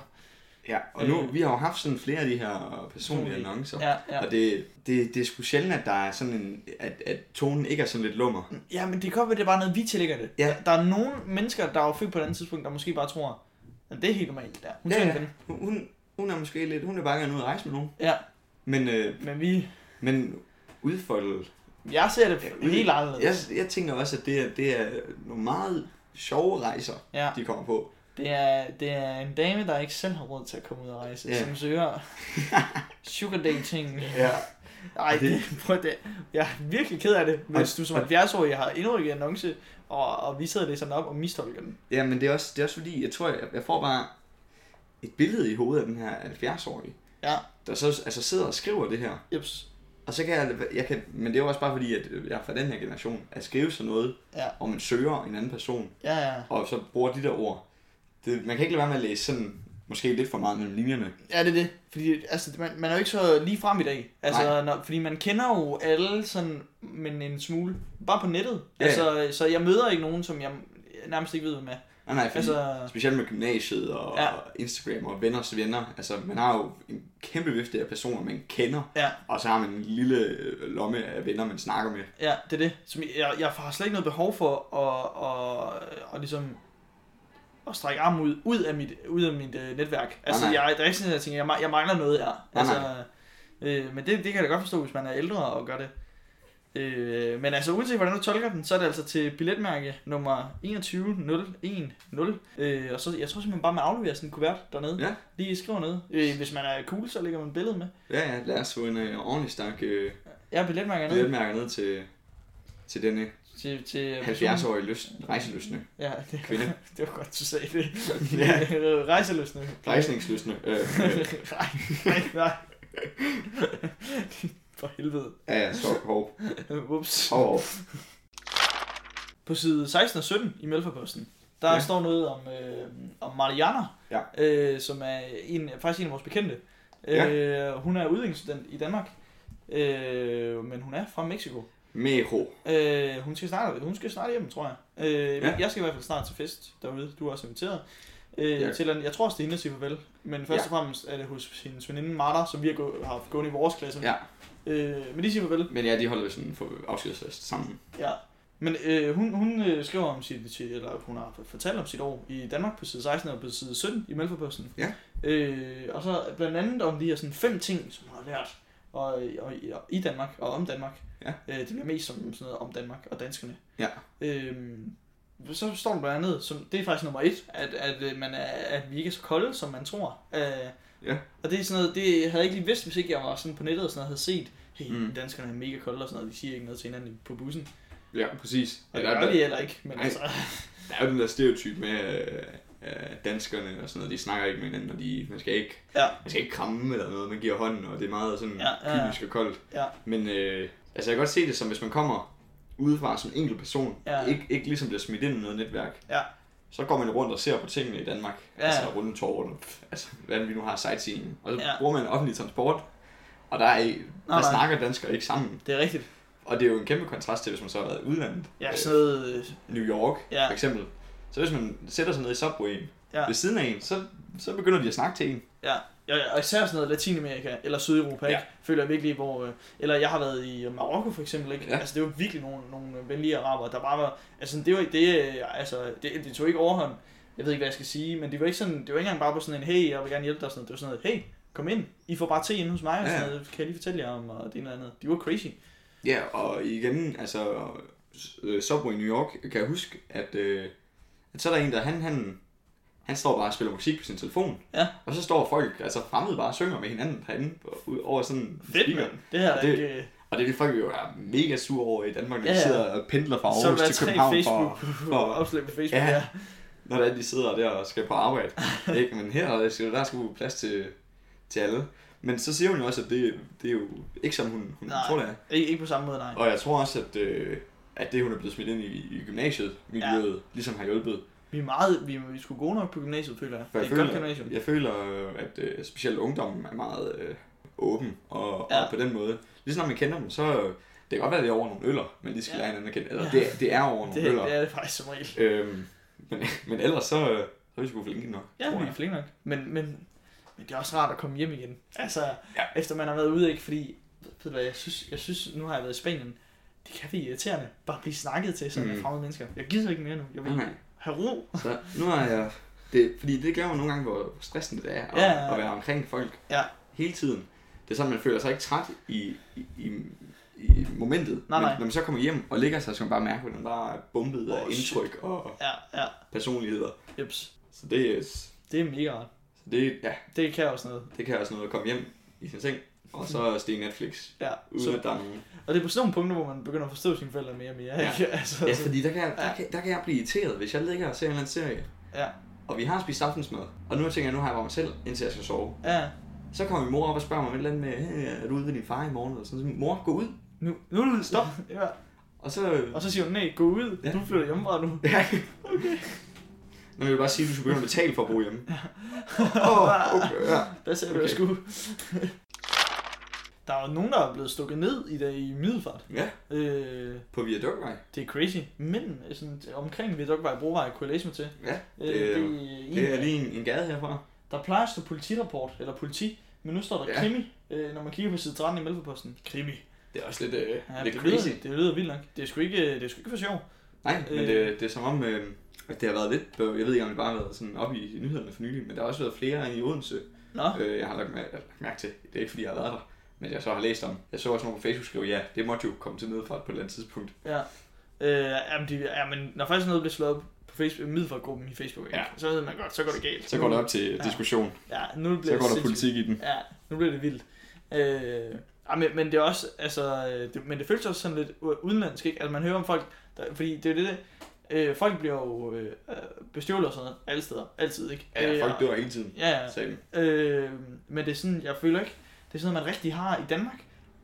Speaker 2: Ja, og nu,
Speaker 1: Øh.
Speaker 2: vi har jo haft sådan flere af de her personlige
Speaker 1: Personlige.
Speaker 2: annoncer.
Speaker 1: Ja, ja.
Speaker 2: Og det, det, det er sgu sjældent, at der er sådan en, at, at tonen ikke er sådan lidt lummer.
Speaker 1: Ja, men det kan godt være, det er bare noget, vi tillægger det.
Speaker 2: Ja.
Speaker 1: Der er nogle mennesker, der er jo født på et andet tidspunkt, der måske bare tror, at det er helt normalt, det der. Hun
Speaker 2: Ja,
Speaker 1: ja,
Speaker 2: ja.
Speaker 1: ja.
Speaker 2: Hun- Hun, hun er måske lidt, hun er bare gerne ude at rejse med nogen.
Speaker 1: ja,
Speaker 2: Men, øh,
Speaker 1: men vi...
Speaker 2: men udfoldet.
Speaker 1: Jeg ser det
Speaker 2: Ja,
Speaker 1: ja,
Speaker 2: vi-
Speaker 1: helt anderledes.
Speaker 2: Jeg, jeg tænker også, at det er, det er nogle meget sjove rejser,
Speaker 1: Ja,
Speaker 2: de kommer på.
Speaker 1: det er, det er en dame, der ikke selv har råd til at komme ud og rejse, ja.
Speaker 2: Ja.
Speaker 1: som (laughs) søger sugar dating.
Speaker 2: Ja.
Speaker 1: Ej, det,
Speaker 2: Og det-
Speaker 1: prøv det. Jeg er virkelig ked af det, hvis
Speaker 2: Og-
Speaker 1: du som
Speaker 2: og-
Speaker 1: 70-årig har indrykket en annonce, og, og vi sidder det sådan op og mistolker den.
Speaker 2: Ja, men det er også, det er også fordi, jeg tror, jeg, jeg får bare et billede i hovedet af den her 70-årige,
Speaker 1: Ja.
Speaker 2: der så altså, sidder og skriver det her.
Speaker 1: Jeps.
Speaker 2: Og så kan jeg, jeg kan, men det er jo også bare fordi, at jeg er fra den her generation, at skrive sådan noget,
Speaker 1: Ja.
Speaker 2: og man søger en anden person,
Speaker 1: Ja, ja.
Speaker 2: og så bruger de der ord. Det, man kan ikke lade være med at læse sådan, måske lidt for meget mellem linjerne.
Speaker 1: Ja, det er det. Fordi altså, man, man er jo ikke så lige frem i dag. Altså, når, fordi man kender jo alle sådan, men en smule. Bare på nettet.
Speaker 2: Ja,
Speaker 1: Altså, så jeg møder ikke nogen, som jeg nærmest ikke ved, hvem er.
Speaker 2: Nej, nej, fordi altså...
Speaker 1: Altså,
Speaker 2: specielt med gymnasiet og
Speaker 1: Ja.
Speaker 2: ja. Instagram og venners venner. Altså, man har jo en kæmpe vifte af personer, man kender.
Speaker 1: Ja.
Speaker 2: Og så har man en lille øh, lomme af venner, man snakker med.
Speaker 1: Ja, det er det. Som jeg, jeg har slet ikke noget behov for at, at, at, at ligesom at strække armen ud, ud af mit, ud af mit uh, netværk. Altså,
Speaker 2: nej.
Speaker 1: jeg, der er ikke sådan, at jeg tænker, jeg, ma- jeg mangler noget her.
Speaker 2: Nej,
Speaker 1: Altså,
Speaker 2: nej.
Speaker 1: øh, men det, det kan jeg da godt forstå, hvis man er ældre og gør det. Øh, men altså, uanset hvordan du tolker den, så er det altså til billetmærke nummer 21010. Øh, og så, jeg tror simpelthen bare, man afleverer sådan en kuvert dernede.
Speaker 2: Ja.
Speaker 1: Lige skriver ned. Øh, hvis man er cool, så lægger man billedet med.
Speaker 2: Ja, ja, lad os få en øh, ordentlig stak øh,
Speaker 1: Ja, billetmærker ned
Speaker 2: billetmærker ned til, til denne
Speaker 1: til, til personen.
Speaker 2: 70-årige lyst, rejseløsne.
Speaker 1: Ja, det,
Speaker 2: Kvinde.
Speaker 1: (laughs) det var godt, du sagde det.
Speaker 2: (laughs) Ja.
Speaker 1: Rejseløsne.
Speaker 2: Rejsningsløsne. Øh, øh,
Speaker 1: nej, nej, nej. (laughs) For helvede.
Speaker 2: ja, ja, så hov.
Speaker 1: Ups.
Speaker 2: Hov, hov.
Speaker 1: På side 16 og 17 i Mælferposten, der ja.
Speaker 2: Ja.
Speaker 1: står noget om, øh, om Mariana,
Speaker 2: Ja.
Speaker 1: øh, som er en, faktisk en af vores bekendte.
Speaker 2: Ja.
Speaker 1: Øh, hun er udviklingsstudent i Danmark, øh, men hun er fra Mexico.
Speaker 2: Meho.
Speaker 1: Øh, hun, skal snart, hun skal snart hjem, tror jeg. Øh, ja.
Speaker 2: Ja.
Speaker 1: Jeg skal i hvert fald snart til fest derude. Du er også inviteret. Øh, ja.
Speaker 2: Ja.
Speaker 1: til, en- jeg tror også, det er hende, der siger farvel. Men først ja. og fremmest er det hos hendes veninde Marta, som vi har, gået, har haft gået i vores klasse.
Speaker 2: Ja.
Speaker 1: Øh, men de siger farvel.
Speaker 2: Men ja, de holder jo sådan for afskedsfest sammen.
Speaker 1: Ja. Men øh, hun, hun øh, skriver om sit, sit- eller hun har fortalt om sit år i Danmark på side 16 og på side 17 i Mælkeposten.
Speaker 2: Ja.
Speaker 1: Øh, og så blandt andet om de her sådan fem ting, som hun har lært og, og, og, i Danmark og om Danmark.
Speaker 2: Ja.
Speaker 1: Øh, det bliver mest som sådan noget om Danmark og danskerne.
Speaker 2: Ja.
Speaker 1: Øh, så står der blandt andet, som, det er faktisk nummer et, at, at, øh, man er, at vi ikke er så kolde, som man tror. Øh,
Speaker 2: Ja.
Speaker 1: Og det er sådan noget, det havde jeg ikke lige vidst, hvis ikke jeg var sådan på nettet og sådan noget, havde set, hey, mm.
Speaker 2: Mm.
Speaker 1: danskerne er mega kolde og sådan noget, de siger ikke noget til hinanden på bussen.
Speaker 2: Ja, præcis.
Speaker 1: Og
Speaker 2: Ja,
Speaker 1: det
Speaker 2: der, der,
Speaker 1: gør de heller ikke, men
Speaker 2: Nej.
Speaker 1: altså,
Speaker 2: der er jo den der stereotyp med, øh, øh, danskerne og sådan noget, de snakker ikke med hinanden, og de, man skal ikke,
Speaker 1: Ja.
Speaker 2: man skal ikke kramme eller noget, man giver hånden, og det er meget sådan
Speaker 1: Ja, ja, ja.
Speaker 2: kynisk og koldt.
Speaker 1: Ja.
Speaker 2: Men øh, altså, jeg kan godt se det som, hvis man kommer udefra som enkelt person,
Speaker 1: Ja.
Speaker 2: ikke, ikke ligesom bliver smidt ind i noget netværk,
Speaker 1: Ja.
Speaker 2: så går man jo rundt og ser på tingene i Danmark,
Speaker 1: Ja.
Speaker 2: ja. altså rundt torvet, og pff, altså hvad vi nu har sightseeing, og så
Speaker 1: Ja.
Speaker 2: ja. bruger man offentlig transport, og der, er, der
Speaker 1: nej.
Speaker 2: snakker danskere ikke sammen.
Speaker 1: det er rigtigt.
Speaker 2: Og det er jo en kæmpe kontrast til, hvis man så har været i udlandet.
Speaker 1: Ja,
Speaker 2: Øh,
Speaker 1: sådan noget, øh,
Speaker 2: New York,
Speaker 1: Ja.
Speaker 2: ja. for eksempel. Så hvis man sætter sig ned i Subway'en
Speaker 1: Ja.
Speaker 2: ja. ved siden af en, så, så begynder de at snakke til en.
Speaker 1: ja, og især sådan noget Latinamerika eller Sydeuropa, ikke? føler jeg virkelig, hvor, øh, eller jeg har været i Marokko for eksempel, ikke?
Speaker 2: Ja.
Speaker 1: altså det var virkelig nogle, nogle venlige araber, der bare var, altså det var ikke det, øh, altså det, det tog ikke overhånd, jeg ved ikke, hvad jeg skal sige, men det var ikke sådan, det var ikke engang bare på sådan en, hey, jeg vil gerne hjælpe dig, sådan noget. det var sådan noget, hey, kom ind, I får bare te inde hos mig, og
Speaker 2: Ja,
Speaker 1: sådan
Speaker 2: ja.
Speaker 1: noget, kan jeg lige fortælle jer om, og det ene eller andet, de var crazy,
Speaker 2: Ja, og igen, altså øh, Subway i New York, kan jeg huske, at, øh, at så er der en, der han, han, han står bare og spiller musik på sin telefon.
Speaker 1: Ja.
Speaker 2: Og så står folk, altså fremmede bare og synger med hinanden herinde ud over sådan en
Speaker 1: fedt mand, det her er
Speaker 2: Det-
Speaker 1: ikke, øh,
Speaker 2: Og det vil folk jo være mega sure over i Danmark, når
Speaker 1: Ja,
Speaker 2: de
Speaker 1: ja.
Speaker 2: sidder og pendler fra
Speaker 1: så vil
Speaker 2: Aarhus
Speaker 1: der
Speaker 2: til
Speaker 1: tre
Speaker 2: København, for,
Speaker 1: (laughs)
Speaker 2: for,
Speaker 1: Facebook-opslag på Facebook,
Speaker 2: Ja.
Speaker 1: ja.
Speaker 2: når det er, de sidder der og skal på
Speaker 1: (laughs)
Speaker 2: arbejde. ikke? Men her der skal der sgu plads til, til alle. Men så siger hun jo også, at det, det er jo ikke som hun, hun
Speaker 1: Nej.
Speaker 2: tror det er.
Speaker 1: Ikke, ikke på samme måde, nej.
Speaker 2: Og jeg tror også, at, øh, at det, hun er blevet smidt ind i, i gymnasiet, miljøet, ja. ligesom har hjulpet.
Speaker 1: Vi er meget, vi, vi er sgu gode nok på gymnasiet, føler jeg.
Speaker 2: For
Speaker 1: det er
Speaker 2: jeg
Speaker 1: et godt
Speaker 2: føler-
Speaker 1: gymnasium.
Speaker 2: Jeg føler, øh, at øh, specielt ungdommen er meget øh, åben, og,
Speaker 1: Ja.
Speaker 2: ja. og på den måde, ligesom når man kender dem, så øh, det kan godt være, at det er over nogle øller, men de skal
Speaker 1: Ja.
Speaker 2: ja. lære hinanden at kende. Eller
Speaker 1: Ja.
Speaker 2: det, det er
Speaker 1: (laughs)
Speaker 2: over nogle
Speaker 1: Det,
Speaker 2: det, øller.
Speaker 1: det er det faktisk som regel.
Speaker 2: Øhm, men, (laughs) men ellers så, øh, så er vi sgu flinke nok.
Speaker 1: Ja,
Speaker 2: tror
Speaker 1: vi
Speaker 2: jeg.
Speaker 1: er flinke nok. Men, men, men det er også rart at komme hjem igen. Altså, ja.
Speaker 2: Ja.
Speaker 1: efter man har været ude, ikke? Fordi, ved du hvad, jeg synes, jeg synes, nu har jeg været i Spanien. Det kan være irriterende. Bare blive snakket til sådan mm.
Speaker 2: Mm.
Speaker 1: fremmede mennesker. Jeg gider ikke mere nu. Jeg vil
Speaker 2: Nej, nej.
Speaker 1: have ro.
Speaker 2: Så nu har jeg... Det, fordi det glemmer man nogle gange, hvor stressende det er at,
Speaker 1: Ja, ja, ja.
Speaker 2: at være omkring folk
Speaker 1: Ja.
Speaker 2: hele tiden. Det er sådan, man føler sig ikke træt i, i, i, i momentet.
Speaker 1: Nej, nej.
Speaker 2: Men når man så kommer hjem og ligger sig, så kan man bare mærke, at man bare er bombet
Speaker 1: Åh,
Speaker 2: af indtryk og
Speaker 1: Ja, ja.
Speaker 2: personligheder.
Speaker 1: Jeps.
Speaker 2: Så det, er-
Speaker 1: Det er mega rart.
Speaker 2: så det, ja,
Speaker 1: Det kan også noget.
Speaker 2: det kan også noget at komme hjem i sin seng og så stige Netflix.
Speaker 1: Ja.
Speaker 2: Uden
Speaker 1: Så,
Speaker 2: at der er nogen.
Speaker 1: og det er på sådan nogle punkter, hvor man begynder at forstå sine forældre mere og mere.
Speaker 2: Ja.
Speaker 1: Ikke? (laughs) Altså,
Speaker 2: Ja,
Speaker 1: så-
Speaker 2: fordi der kan, jeg, der, kan, der kan jeg blive irriteret, hvis jeg ligger og ser en eller anden serie.
Speaker 1: Ja.
Speaker 2: Og vi har spist aftensmad. Og nu tænker jeg, nu har jeg bare mig selv, indtil jeg skal sove.
Speaker 1: ja.
Speaker 2: Så kommer min mor op og spørger mig om et eller andet med, "Hey, er du ude ved din far i morgen? Eller sådan. Så siger jeg, Mor, gå ud.
Speaker 1: Nu,
Speaker 2: Nu er du ude, stop.
Speaker 1: ja.
Speaker 2: Og så...
Speaker 1: Og så siger hun, nej, gå ud.
Speaker 2: Ja.
Speaker 1: Du flytter hjemmefra nu.
Speaker 2: (laughs) Ja. Okay. Nå, jeg vil bare sige, at du skulle begynde at betale for at bo hjemme. Åh, oh, okay, ja.
Speaker 1: Hvad sagde okay. du,
Speaker 2: Okay.
Speaker 1: jeg skulle? (laughs) Der er jo nogen, der er blevet stukket ned i dag i middelfart.
Speaker 2: Ja,
Speaker 1: Øh,
Speaker 2: på Viadukvej.
Speaker 1: det er crazy. Men sådan, omkring Viadukvej og Brovej kunne jeg læse mig til.
Speaker 2: Ja,
Speaker 1: Øh,
Speaker 2: det,
Speaker 1: det, er
Speaker 2: er- det er
Speaker 1: en-
Speaker 2: lige en, en gade herfra.
Speaker 1: Der plejer at stå politirapport, eller politi, men nu står der
Speaker 2: Ja.
Speaker 1: ja. krimi, øh, når man kigger på side 13 i Mælkeposten. Krimi.
Speaker 2: Det er også lidt, øh,
Speaker 1: Ja,
Speaker 2: lidt
Speaker 1: det,
Speaker 2: crazy.
Speaker 1: Lyder, det lyder vildt nok. Det er sgu ikke, øh, det er sgu ikke for sjov.
Speaker 2: Nej, men
Speaker 1: Øh.
Speaker 2: det, det er som om, øh, at det har været lidt, på- jeg ved ikke om det bare har været sådan op i nyhederne for nylig, men der har også været flere end i Odense,
Speaker 1: Nå,
Speaker 2: øh, jeg har lagt mær- lagt mærke til. Det er ikke fordi, jeg har været der, men jeg så har læst om. Jeg så også nogen på Facebook skrive, ja, det måtte jo komme til nedfart på et eller andet tidspunkt.
Speaker 1: ja. Øh, jamen, de, ja, men når først noget bliver slået op på Facebook, middelfartgruppen i Facebook, ja.
Speaker 2: Ja.
Speaker 1: så ved man godt, så går det galt.
Speaker 2: Så går det op til
Speaker 1: Ja.
Speaker 2: diskussion,
Speaker 1: Ja, nu bliver
Speaker 2: så
Speaker 1: det
Speaker 2: går der
Speaker 1: sindssygt.
Speaker 2: politik i den.
Speaker 1: Ja, nu bliver det vildt. Øh, ja, men, men det er også, altså, øh, det, men det føles også sådan lidt u- udenlandsk, ikke? Altså, man hører om folk, der, fordi det er jo det, det øh, folk bliver jo øh, øh, bestjålet og sådan noget, alle steder, altid, ikke?
Speaker 2: Ja, folk
Speaker 1: og-
Speaker 2: dør hele tiden.
Speaker 1: Ja, ja.
Speaker 2: Sagde den.
Speaker 1: Øh, men det er sådan, jeg føler ikke, det er sådan noget, man rigtig har i Danmark.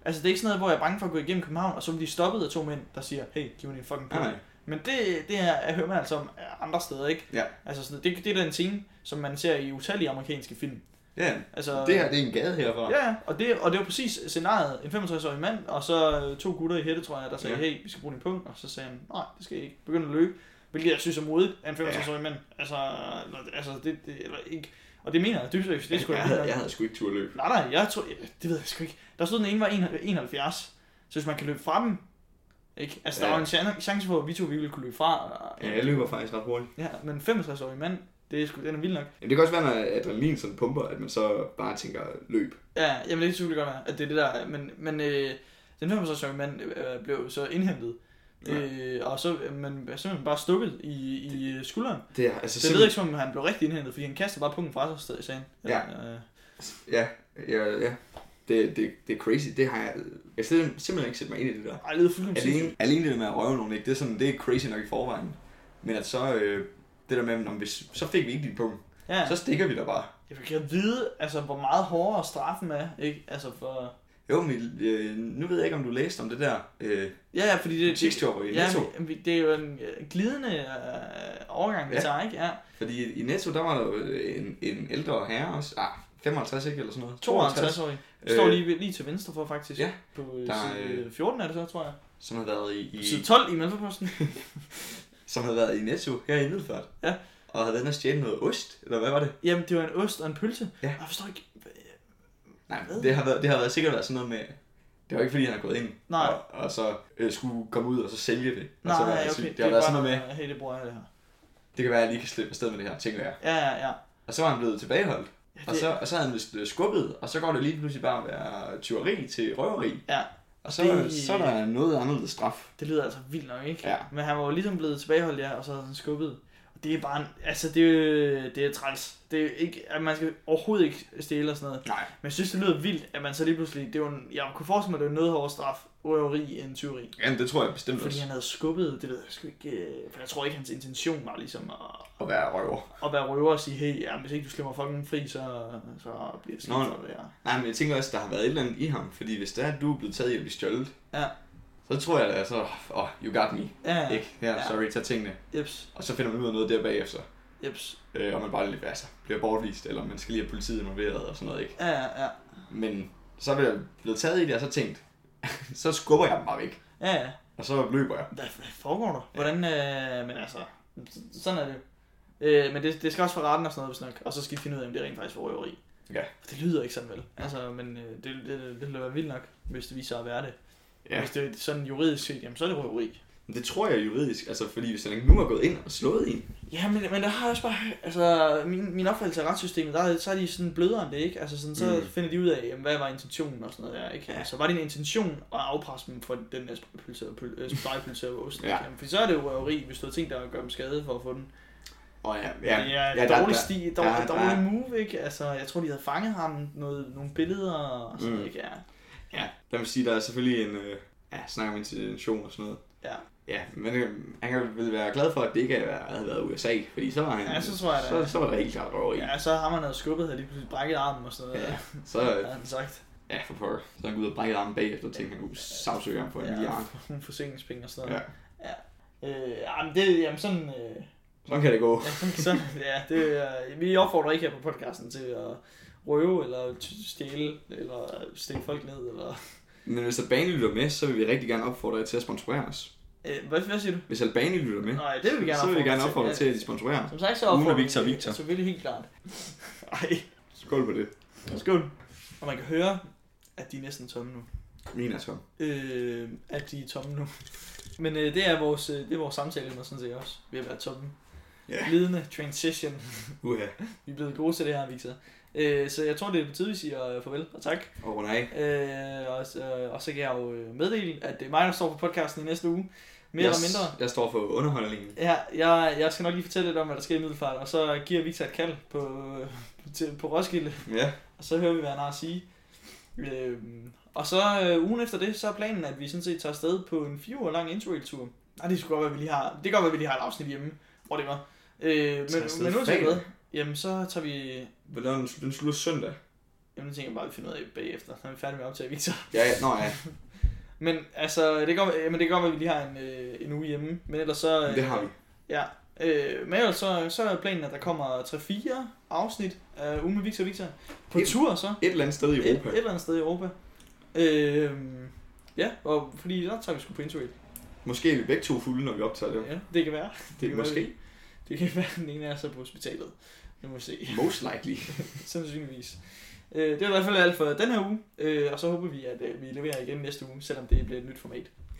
Speaker 1: Altså, det er ikke sådan noget, hvor jeg er bange for at gå igennem København, og så bliver de stoppet af to mænd, der siger, hey, giv mig din fucking
Speaker 2: Nej,
Speaker 1: penge.
Speaker 2: Ah, nej.
Speaker 1: Men det, det her jeg hører man altså om andre steder, ikke?
Speaker 2: Ja.
Speaker 1: Altså, sådan, det, det er den scene, som man ser i utallige amerikanske film.
Speaker 2: Ja,
Speaker 1: Altså,
Speaker 2: det her, det er en gade herfra.
Speaker 1: Ja, ja, og det, og det var præcis scenariet. En 65-årig mand, og så øh, to gutter i hætte, tror jeg, der sagde,
Speaker 2: Ja.
Speaker 1: ja. hey, vi skal bruge din pung. Og så sagde han, nej, det skal I ikke. Begynd at løbe. Hvilket jeg synes er modigt af en 65-årig mand. Altså, eller- altså det, det, eller ikke. Og det mener jeg dybt seriøst. Det skulle
Speaker 2: jeg,
Speaker 1: jeg,
Speaker 2: havde, jeg havde sgu ikke tur at løbe.
Speaker 1: Nej, nej, jeg tror, jeg, det ved jeg sgu ikke. Der stod, den ene var 71. Så hvis man kan løbe fra dem, ikke? Altså, der
Speaker 2: Ja.
Speaker 1: var en chan- chance for, at vi to vi ville kunne løbe fra. øh,
Speaker 2: Ja, jeg løber faktisk ret hurtigt.
Speaker 1: Ja, men 65-årig mand, det er sgu, den er vild nok.
Speaker 2: Jamen, det kan også være, når adrenalin sådan pumper, at man så bare tænker løb.
Speaker 1: Ja, jamen det kan selvfølgelig godt være, at det er det der, er. men, men øh, den 65-årige mand øh, blev så indhentet,
Speaker 2: Ja.
Speaker 1: øh, og så øh, man er simpelthen bare stukket i, i øh, skulderen.
Speaker 2: Det er altså
Speaker 1: Så det lyder ikke som om, han blev rigtig indhentet, fordi han kaster bare pungen fra sig stadig i sagen.
Speaker 2: Ja.
Speaker 1: Øh,
Speaker 2: Ja, ja, ja. Det, det, det er crazy. Det har jeg, jeg sidder simpelthen ikke sætte mig ind i det der.
Speaker 1: ej, det lyder fuldkommen
Speaker 2: Alene,
Speaker 1: sindssygt.
Speaker 2: alene det med at røve nogen, ikke? Det, er sådan, det er crazy nok i forvejen. Men at så øh, det der med, at, hvis, så fik vi ikke din punkt.
Speaker 1: Ja,
Speaker 2: Så stikker vi der bare.
Speaker 1: jeg fik at vide, altså, hvor meget hårdere straffen er, ikke? Altså for...
Speaker 2: Jo, men øh, nu ved jeg ikke, om du læste om det der øh,
Speaker 1: Ja, ja, fordi det, det,
Speaker 2: butikstyveri i
Speaker 1: ja,
Speaker 2: Netto.
Speaker 1: men- men det er jo en øh, glidende øh, overgang, vi
Speaker 2: Ja.
Speaker 1: tager, ikke? Ja.
Speaker 2: Fordi i Netto, der var der jo en, en ældre herre også. Ah, 55, ikke? Eller sådan noget.
Speaker 1: 52-årig. Står lige, lige til venstre for, faktisk.
Speaker 2: Øh, ja.
Speaker 1: På øh,
Speaker 2: Der er,
Speaker 1: side 14 er det så, tror jeg.
Speaker 2: Som har været i, i
Speaker 1: Side 12 i
Speaker 2: (laughs)
Speaker 1: Malfa-posten.
Speaker 2: som havde været i Netto her i Middelfart.
Speaker 1: Ja.
Speaker 2: Og havde været inde og stjæle noget ost, eller hvad var det?
Speaker 1: Jamen, det var en ost og en pølse.
Speaker 2: Ja.
Speaker 1: Og Jeg forstår ikke...
Speaker 2: Nej,
Speaker 1: Hvad?
Speaker 2: det har, været, det har været sikkert været sådan noget med, det var ikke fordi, han har gået ind,
Speaker 1: Nej.
Speaker 2: Og, og så øh, skulle komme ud og så sælge det. og så
Speaker 1: Nej,
Speaker 2: være
Speaker 1: okay.
Speaker 2: syg. Altså, Det, har været sådan noget med,
Speaker 1: med... Hey, øh, det bruger jeg det her.
Speaker 2: det kan være, at jeg lige kan slippe afsted med det her, tænker jeg.
Speaker 1: Ja, ja, ja.
Speaker 2: Og så var han blevet tilbageholdt,
Speaker 1: ja
Speaker 2: og så, og så havde han vist øh, skubbet, og så går det lige pludselig bare at være tyveri til røveri.
Speaker 1: Ja.
Speaker 2: Og så,
Speaker 1: Det-
Speaker 2: så er der noget anderledes straf.
Speaker 1: Det lyder altså vildt nok, ikke?
Speaker 2: Ja.
Speaker 1: Men han var jo ligesom blevet tilbageholdt, ja, og så havde han skubbet. Og det er bare en, Altså, det er, jo- det er træls. Det er jo ikke... At man skal overhovedet ikke stjæle og sådan noget.
Speaker 2: Nej,
Speaker 1: Men jeg synes, det lyder vildt, at man så lige pludselig... Det er jo en, jeg kunne forestille mig, at det var noget hårdere straf. Røveri end tyveri.
Speaker 2: jamen, det tror jeg bestemt
Speaker 1: Fordi
Speaker 2: også,
Speaker 1: han havde skubbet, det ved jeg sgu ikke... øh, For jeg tror ikke, hans intention var ligesom at,
Speaker 2: at være røver.
Speaker 1: at være røver og sige, hey, ja, hvis ikke du slipper fucking fri, så, så bliver det skidt
Speaker 2: Nå,
Speaker 1: for det her.
Speaker 2: Nej, men jeg tænker også, der har været et eller andet i ham, fordi hvis det er, at du er blevet taget i at blive stjålet,
Speaker 1: Ja.
Speaker 2: så tror jeg da, så, åh, oh, you got me.
Speaker 1: Ja,
Speaker 2: Ikke? Her,
Speaker 1: Ja.
Speaker 2: sorry, tag tingene.
Speaker 1: jeps,
Speaker 2: Og så finder man ud af noget der bagefter.
Speaker 1: jeps.
Speaker 2: Øh, og man bare lidt, altså, bliver bortvist, eller man skal lige have politiet involveret og sådan noget, ikke?
Speaker 1: Ja, ja, ja.
Speaker 2: Men så er jeg blevet taget i det, og så tænkt, (laughs) så skubber jeg dem bare væk.
Speaker 1: Ja, ja.
Speaker 2: Og så løber jeg.
Speaker 1: Hvad, hvad foregår der? Hvordan, øh, men altså, s- sådan er det jo. Øh, men det, det skal også for retten og sådan noget, hvis nok. Og så skal de finde ud af, om det rent faktisk var røveri.
Speaker 2: Ja.
Speaker 1: Det lyder ikke sådan vel. Altså, men øh, det, det, det, ville være vildt nok, hvis det viser sig at være det.
Speaker 2: Ja.
Speaker 1: Hvis det er sådan juridisk set, jamen så er det røveri.
Speaker 2: Men det tror jeg juridisk, altså fordi hvis han ikke nu har gået ind og slået en,
Speaker 1: Ja, men, men der har jeg også bare, altså min, min opfattelse af retssystemet, der, er- så er de sådan blødere end det, ikke? Altså sådan, så
Speaker 2: Mm.
Speaker 1: mm. finder de ud af, jamen, hvad var intentionen og sådan noget der, ikke?
Speaker 2: Ja.
Speaker 1: Ja. Altså var det en intention at afpresse dem for den der spejpølse og pøl- øh, spegepølse og ost?
Speaker 2: (laughs) Ja.
Speaker 1: Ja. Jamen, fordi så er det jo røveri, hvis du har tænkt dig at gøre dem skade for at få den.
Speaker 2: og ja,
Speaker 1: Ja,
Speaker 2: ja,
Speaker 1: det er
Speaker 2: ja
Speaker 1: ja,
Speaker 2: der-
Speaker 1: dårlig,
Speaker 2: der-
Speaker 1: sti,
Speaker 2: der-
Speaker 1: dårlig,
Speaker 2: der-
Speaker 1: dårlig move, ikke? Altså jeg tror, de havde fanget ham noget, nogle billeder og sådan
Speaker 2: Mm.
Speaker 1: noget, ikke? Ja.
Speaker 2: ja, der vil sige, der er selvfølgelig en, øh, ja, snak om intention og sådan noget.
Speaker 1: Ja.
Speaker 2: Ja, men øh, han kan vel være glad for, at det ikke havde været- havde været USA, fordi så var han,
Speaker 1: Ja, så tror jeg da.
Speaker 2: så, så var der helt klart røveri.
Speaker 1: ja, så har man noget skubbet her lige pludselig brækket armen og sådan noget.
Speaker 2: Ja,
Speaker 1: Ja.
Speaker 2: så,
Speaker 1: Ja,
Speaker 2: øh,
Speaker 1: han sagt.
Speaker 2: ja, for pokker. Så han går ud og brækker armen bagefter og tænker, nu sagsøger jeg ham for en
Speaker 1: Ja, (laughs)
Speaker 2: milliard.
Speaker 1: nogle forsikringspenge og sådan noget.
Speaker 2: Ja.
Speaker 1: Ja. Øh, jamen, det, jamen sådan, øh,
Speaker 2: Sådan kan det gå.
Speaker 1: (laughs) Ja, sådan, sådan, ja det, er- vi opfordrer ikke her på podcasten til at, røve, eller t- stjæle, eller stikke folk ned, eller...
Speaker 2: Men hvis Albani lytter med, så vil vi rigtig gerne opfordre jer til at sponsorere os.
Speaker 1: Øh, hvad, hvad siger du?
Speaker 2: Hvis Albani lytter med,
Speaker 1: Nej, det vil vi gerne
Speaker 2: så vil vi gerne opfordre
Speaker 1: opfordre
Speaker 2: jer til, at de sponsorerer os.
Speaker 1: Som sagt, så
Speaker 2: Uden
Speaker 1: opfordrer
Speaker 2: Victor
Speaker 1: vi-
Speaker 2: Victor.
Speaker 1: Selvfølgelig helt
Speaker 2: (laughs)
Speaker 1: klart. Ej,
Speaker 2: Skål på det.
Speaker 1: skål. Og man kan høre, at de er næsten tomme nu.
Speaker 2: Min er tom.
Speaker 1: Øh, at de er tomme nu. (laughs) Men øh, det er vores, øh, det er vores samtale, og sådan set også. Vi har været tomme.
Speaker 2: Ja.
Speaker 1: Lidende transition.
Speaker 2: Uha.
Speaker 1: Vi er blevet gode til det her, Victor. Øh, så jeg tror, det er på tide, vi siger øh, farvel og tak.
Speaker 2: Åh oh, nej.
Speaker 1: Øh, og, så- øh, og så kan jeg jo øh, meddele, at det er mig, der står for podcasten i næste uge. Mere yes. eller mindre.
Speaker 2: Jeg står for underholdningen.
Speaker 1: Ja, jeg, jeg skal nok lige fortælle lidt om, hvad der sker i Middelfart, og så giver Victor et kald på, øh, til, på Roskilde,
Speaker 2: Ja.
Speaker 1: og så hører vi, hvad han har at sige. Øhm, og så øh, ugen efter det, så er planen, at vi sådan set tager afsted på en fire uger lang interrail-tur. Nej, det skulle godt være, at vi lige har, det kan godt være, at vi lige har et afsnit hjemme, hvor det var. Øh, men,
Speaker 2: afsted
Speaker 1: men nu
Speaker 2: fredag?
Speaker 1: hvad, jamen så tager vi,
Speaker 2: Hvordan den slutter søndag?
Speaker 1: jamen det tænker jeg bare, at vi finder ud af bagefter, når vi er færdige med at optage Victor.
Speaker 2: Ja, ja. Nå ja.
Speaker 1: Men altså, det kan godt være- jamen, det kan godt være, at vi lige har en, øh, en uge hjemme, men ellers så... øh,
Speaker 2: Det har vi.
Speaker 1: Ja, øh, men ellers så, så er planen, at der kommer 3-4 afsnit af Uge med Victor og Victor på
Speaker 2: Et-
Speaker 1: tur så.
Speaker 2: Et eller andet sted i
Speaker 1: Et,
Speaker 2: Europa.
Speaker 1: et eller andet sted i Europa. Øh, ja, og fordi der tager vi sgu på interrail.
Speaker 2: Måske er vi begge to fulde, når vi optager det.
Speaker 1: Ja, det kan være.
Speaker 2: Det
Speaker 1: kan
Speaker 2: er måske.
Speaker 1: Være, det kan være, at den ene af os er på hospitalet. Nu må vi se. (laughs)
Speaker 2: Most likely.
Speaker 1: Sandsynligvis. Øh, det er i hvert fald alt for den her uge, øh, og så håber vi, at øh, vi leverer igen næste uge, selvom det bliver et nyt format.